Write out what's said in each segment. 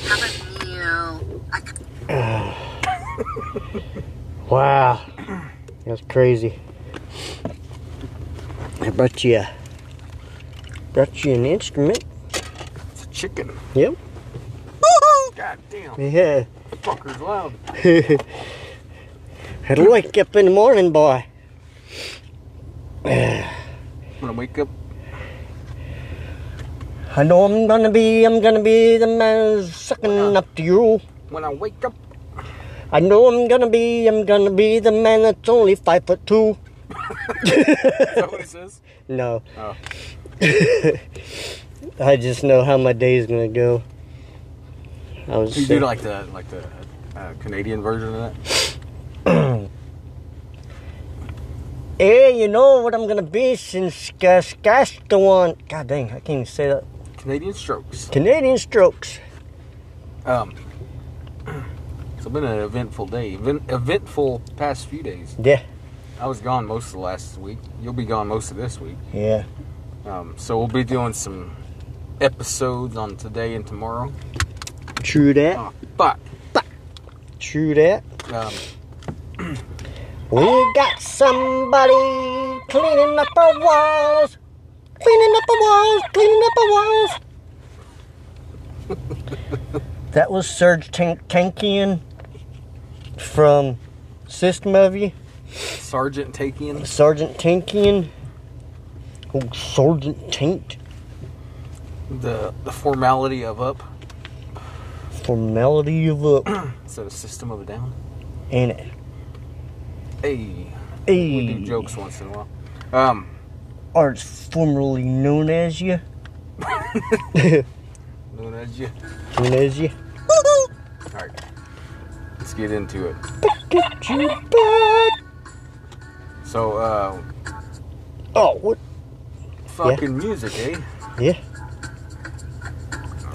haven't you? I, Wow. That's crazy. I brought you a, brought you an instrument. It's a chicken. Yep. God damn. Yeah. Fucker's loud. Had to wake up in the morning, boy. When I wake up, I know I'm gonna be, I'm gonna be the man sucking up to you. when I wake up, I know I'm gonna be, I'm gonna be the man that's only five foot two. is that what it says? No. Oh. I just know how my day's gonna go. I was. You do sick. like the like the uh, Canadian version of that? Hey, you know what I'm gonna be since Saskatchewan. God dang, I can't even say that. Canadian strokes. Canadian strokes. Um, it's been an eventful day. Event, eventful past few days. Yeah. I was gone most of the last week. You'll be gone most of this week. Yeah. Um, so we'll be doing some episodes on today and tomorrow. True that. Oh, fuck. True that. Um, We got somebody cleaning up our walls. Cleaning up our walls. Cleaning up our walls. that was Serge Tank- Tankian from System of You. Sergeant Takian. Sergeant Tankian. Oh, Sergeant Tank. The the formality of up Formality of up instead of system of a down. in it. Hey, we do Hey, jokes once in a while. Um, arts formerly known as you. known as you. Known as you. All right, let's get into it. Get you back. So, uh, Oh, what? fucking music, eh? Yeah.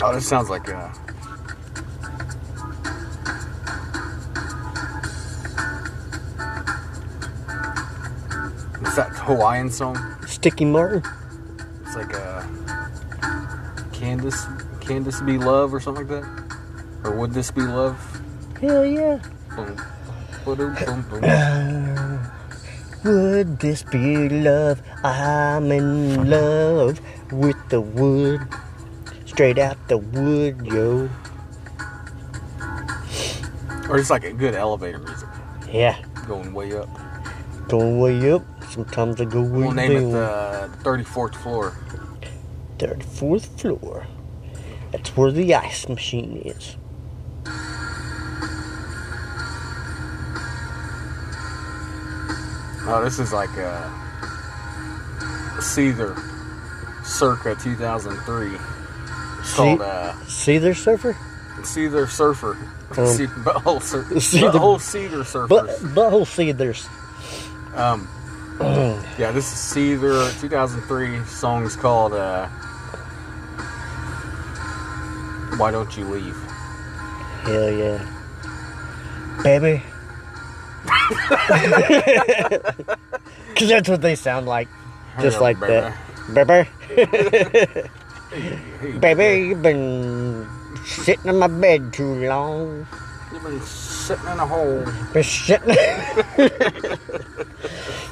Oh, this sounds like uh. What's that Hawaiian song? Sticky Martin. It's like uh Candace Candace Be Love or something like that? Or Would This Be Love? Hell yeah. Boom. Ba-doom, boom, boom. Uh, would this be love? I'm in love with the wood. Straight out the wood, yo. Or it's like a good elevator music. Yeah. Going way up. Going way up. Sometimes I go way We'll name it down. the 34th floor. 34th floor. That's where the ice machine is. Oh, this is like uh Seether circa 2003. It's See, called uh see their surfer? Seether Surfer. Oh. See, butthole sur- Seether- butthole Seether Surfer. But butthole seethers. Um, yeah, this is Seether 2003. Song's called uh, "Why Don't You Leave." Hell yeah. Baby. Because that's what they sound like. Just Yeah, like baby. that. Hey, Baby. baby, you've been sitting in my bed too long. you've been sitting in a hole, Been sitting.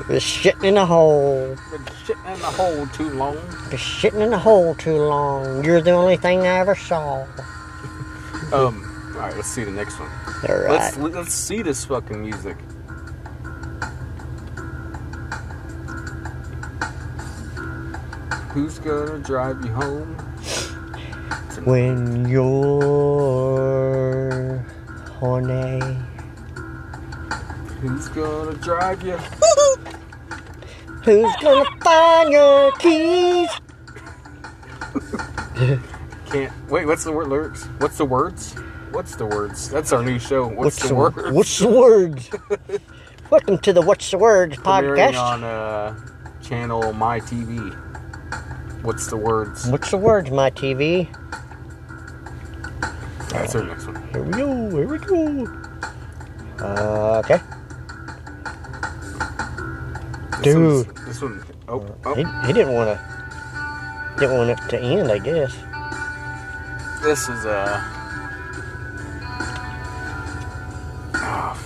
been sitting in a hole. been sitting in a hole too long. Been sitting in a hole too long. You're the only thing I ever saw. Um, all right, let's see the next one. All right. Let's let's see this fucking music. Who's gonna drive you home? When you're horny. Who's gonna drive you? Who's gonna find your keys? Can't wait. What's the word lyrics? What's the words? What's the words? That's our new show. What's, the, wor- words? What's the words? Welcome to the What's the Words Premiering podcast. on uh, channel My TV. What's the words? What's the words, my TV? That's our next one. Here we go. Here we go. Uh, okay. This Dude. one's- this one. Oh, He, oh, he didn't want to. Didn't want it to end, I guess. this is uh,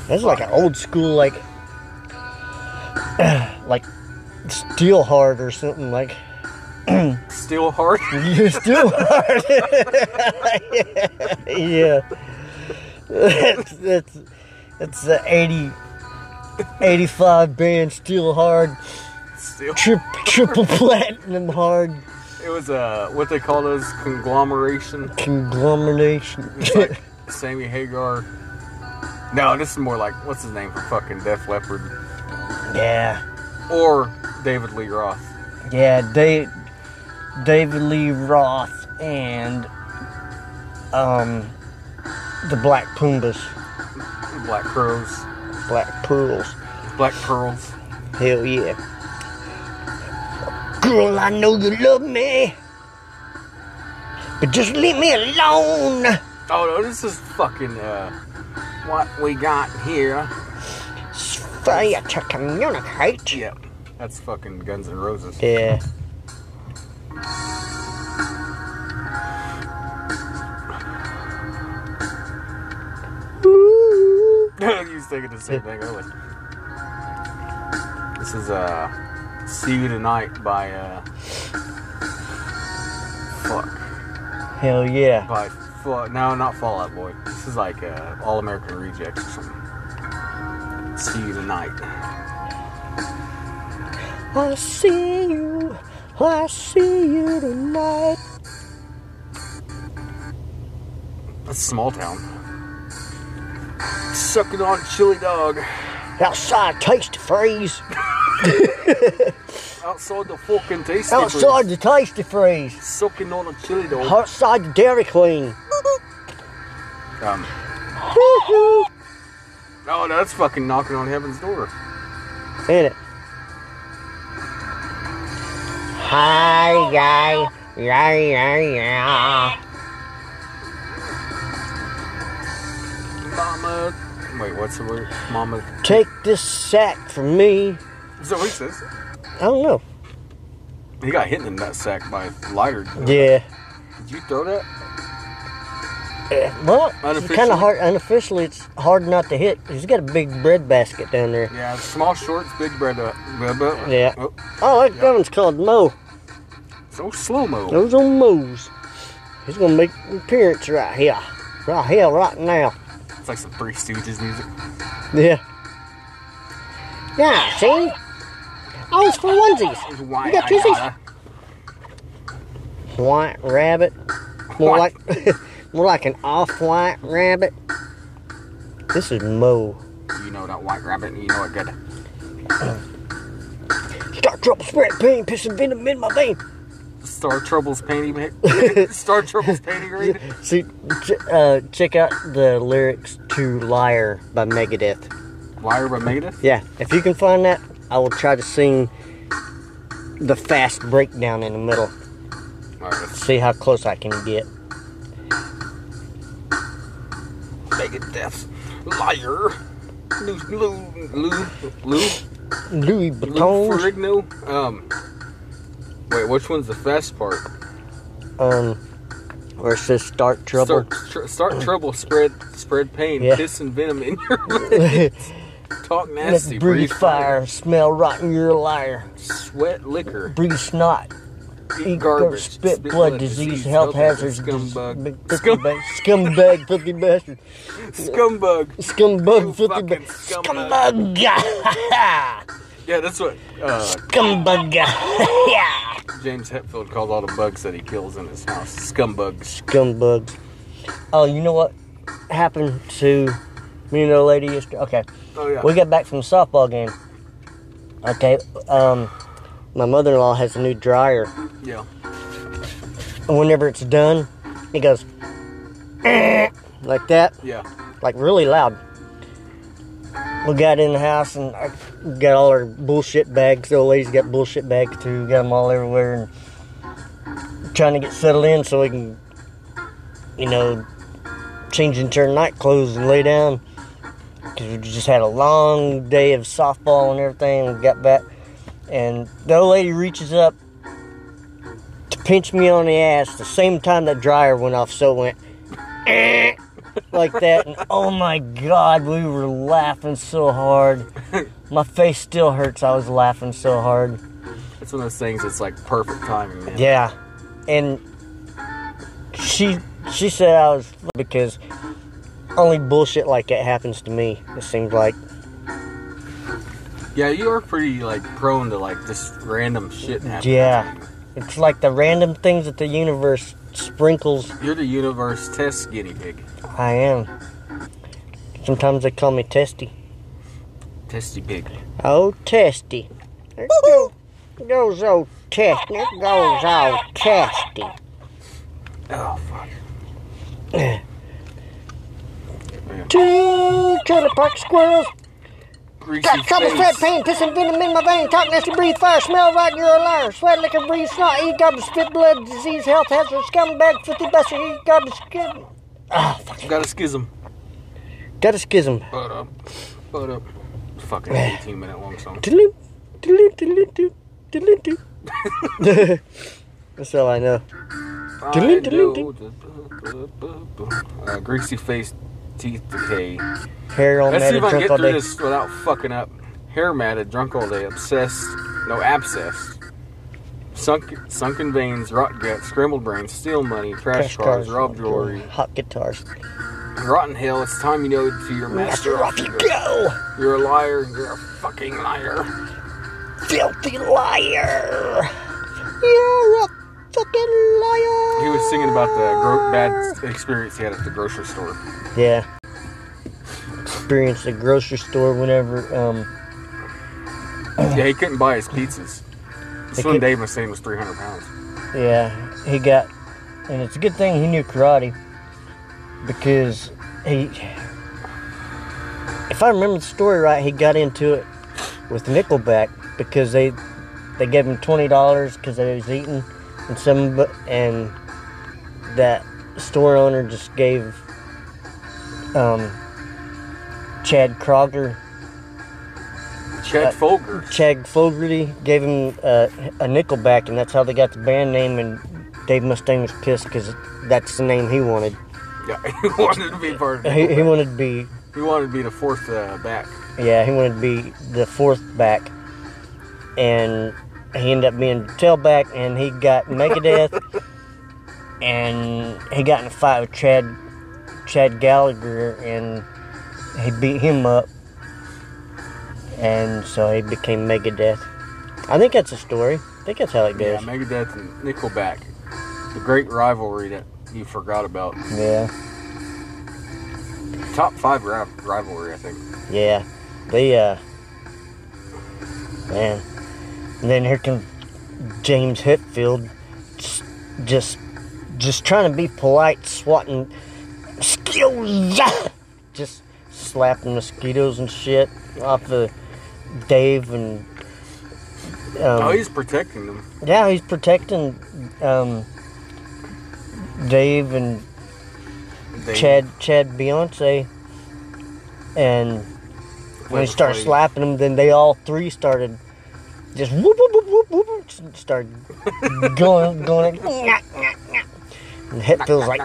That's like an old school, like, like steel hard or something like. Still hard. You're still hard. yeah. That's, that's, that's the 80, 85 band steel hard, Still. tri- triple platinum hard It was uh, what they call those conglomeration. conglomeration. It's like Sammy Hagar. No, this is more like what's his name for fucking Def Leppard yeah. or David Lee Roth. Yeah, da- David Lee Roth and um the Black Pumbas, Black Crows, Black Pearls. Black Pearls. Hell yeah. Girl, I know you love me, but just leave me alone. Oh no, this is fucking uh, what we got here. It's failure to communicate. Yeah, that's fucking Guns N' Roses. Yeah. you was thinking the same thing earlier. This is uh See You Tonight by uh Fuck. Hell yeah. By Fall no not Fallout Boy. This is like uh All American Rejects or something. See you tonight. I see you. I see you tonight. That's small town. Sucking on chili dog. Outside taste freeze. Outside the fucking tasty. Outside the tasty freeze. sucking on a chili dog. Outside the Dairy Queen. Um, oh, that's fucking knocking on heaven's door. In it. Hi, yeah, yeah, yeah, yeah. Mama. Wait, what's the word? Mama. Take this sack from me. Is that what he says? I don't know. He got hit in the nut sack by a lighter. Yeah. Did you throw that? Uh, Well, it's kind Unofficially? of hard. Unofficially, it's hard not to hit. He's got a big bread basket down there. Yeah, small shorts, big bread up. Bread up. Yeah. Oh, Oh, that gun's called Mo. so slow mo. Those on Mo's. He's gonna make an appearance right here, right here, right now. It's like some Three Stooges music. Yeah. Yeah. See. Oh, it's for onesies. Why You got I two seats? gotta- white rabbit. More White. like more like an off-white rabbit. This is Mo. You know that white rabbit, and you know it good. Start trouble, spread pain, pissing venom in my vein. Star Trouble's painting. ma- Star Trouble's painting reading. See, ch- uh, check out the lyrics to "Liar" by Megadeth. Liar by Maida. Yeah, if you can find that, I will try to sing the fast breakdown in the middle. All right, let's See how close I can get. Megadeth, liar, Lou, Lou, Lou, Lou, Louis Lou Vuitton. Ferrigno. Um, wait, which one's the fast part? Um, where it says "Start trouble." Start, tr- start trouble, spread, spread pain, Yeah. piss and venom in your veins. Talk Let's nasty, breathe fire, smell rotten, you're a liar. sweat liquor, Breathe snot, eat eat garbage, spit, blood, disease, health hazards, scumbag, dis- filthy scumbag, ba- scumbag, filthy bastard, scumbag. You scumbag, filthy fucking bastard, scumbag. scumbag, Yeah, that's what uh, scumbag, James Hetfield calls all the bugs that he kills in his house. Scumbugs. scumbugs. Oh, you know what happened to me and the lady yesterday? Okay, Oh yeah. we got back from the softball game. Okay, um, my mother-in-law has a new dryer. yeah. And whenever it's done, it goes "Eh," like that, Yeah. like really loud. We got in the house and I got all our bullshit bags. The old lady's got bullshit bags too. Got them all everywhere and trying to get settled in so we can, you know, change into our night clothes and lay down. Because we just had a long day of softball and everything. We got back and the old lady reaches up to pinch me on the ass the same time that dryer went off, so it went. "Eh." like that. And oh my God, we were laughing so hard. My face still hurts. I was laughing so hard. It's one of those things that's like perfect timing, man. Yeah, and she she said I was f- because only bullshit like that happens to me. It seems like Yeah, you are pretty like prone to like just random shit happening. Yeah. it's like the random things that the universe sprinkles. You're the universe test guinea pig. I am. Sometimes they call me Testy. Testy pig. Oh, Testy. There go- goes old Testy. There goes old Testy. Oh fuck. Man, Two trailer park squirrels. greasy Got trouble, face. sweat, pain, pissing venom in my vein. Talk nasty, breathe fire, smell rotten, you're a liar. Sweat, liquor, breathe snot, eat garbage, spit blood, disease, health hazard, scumbag, 50 buster, eat garbage, skin. Ah, fuck. Got a schism. Got a schism. But up. But up. Fucking 18 minute long song. Doodle-oo, doodle-oo, doodle-oo, doodle-oo, doodle-oo. That's all I know. I know- Uh, greasy face, teeth decay. Hair all Let's see matted, if I can drunk get all through day. this without fucking up. Hair matted, drunk all day, obsessed, no abscess. Sunk, sunken veins, rot gut, scrambled brain, steal money, trash, Crash cars, cars, Oh, rob jewelry, Hot guitars. rotten hell. It's time you know to your master. Master off you go, You're a liar. You're a fucking liar. filthy liar. You're a fucking liar. He was singing about the gro- bad experience he had at the grocery store. Yeah. Experienced the grocery store whenever um Oh. Yeah, he couldn't buy his pizzas. They Slim keep- Dave was saying was 300 pounds. yeah, he got and it's a good thing he knew karate because he if I remember the story right, he got into it with Nickelback because they they gave him twenty dollars because they was eating and some bu- and that store owner just gave um Chad Kroger Chad Folger. Chad Fogarty gave him uh, a nickel back, and that's how they got the band name. And Dave Mustaine was pissed because that's the name he wanted. Yeah, he wanted to be part of He, it. he wanted to be, He wanted to be the fourth uh, back. yeah, he wanted to be the fourth back, and he ended up being tailback, and he got Megadeth, and he got in a fight with Chad Chad Gallagher, and he beat him up, and so he became Megadeth. I think that's a story. I think that's how it Yeah, goes. Megadeth and Nickelback. The great rivalry that you forgot about. Yeah, Top five ri- rivalry, I think. yeah. They, uh, man. And then here comes James Hetfield, s- just, just trying to be polite, swatting skills, just slapping mosquitoes and shit off of Dave and. Um, Oh, he's protecting them. Yeah, he's protecting um, Dave and They, Chad Chad Beyonce, and when he Whatever started play. slapping them, then they all three started just whoop whoop whoop whoop whoop, whoop s- started going going. At, and Hetfield's like,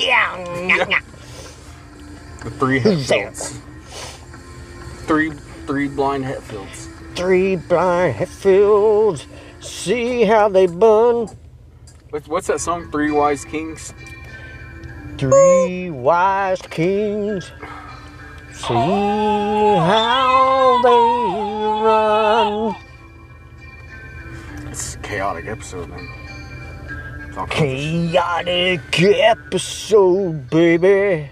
yeah, nah, nah. The three Who's there? Hetfields. Three, three blind Hetfields. three blind Hetfields, see how they bun. What, what's that song? Three Wise Kings? Three wise kings, see how they run. It's a chaotic episode, man. It's all kinds of Chaotic episode, baby.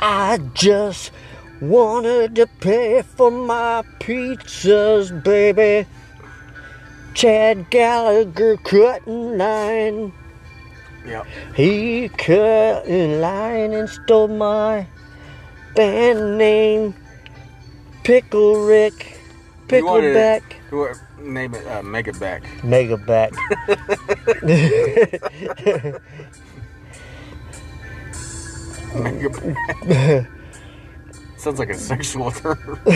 I just wanted to pay for my pizzas, baby. Chad Gallagher cut in line. shit. Yeah. He cut in line and stole my band name, Pickle Rick, He wanted- Pickleback, Who are- Name it uh, Megaback. Megaback. Megaback. Sounds like a sexual term.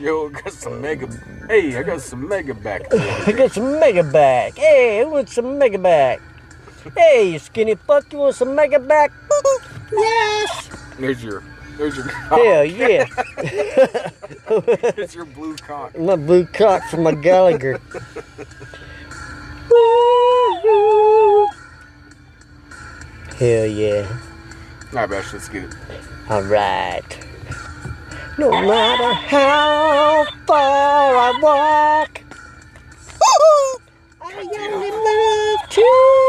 Yo, I got some mega. Hey, I got some mega back. I got some mega back. Hey, I want some mega back. Hey, you skinny fuck, you want some mega back? yes. There's your, there's your, Hell yeah. it's your blue cock. my blue cock from my Gallagher. Hell yeah. I bet let's get it. All right. No matter how far I walk, I only love to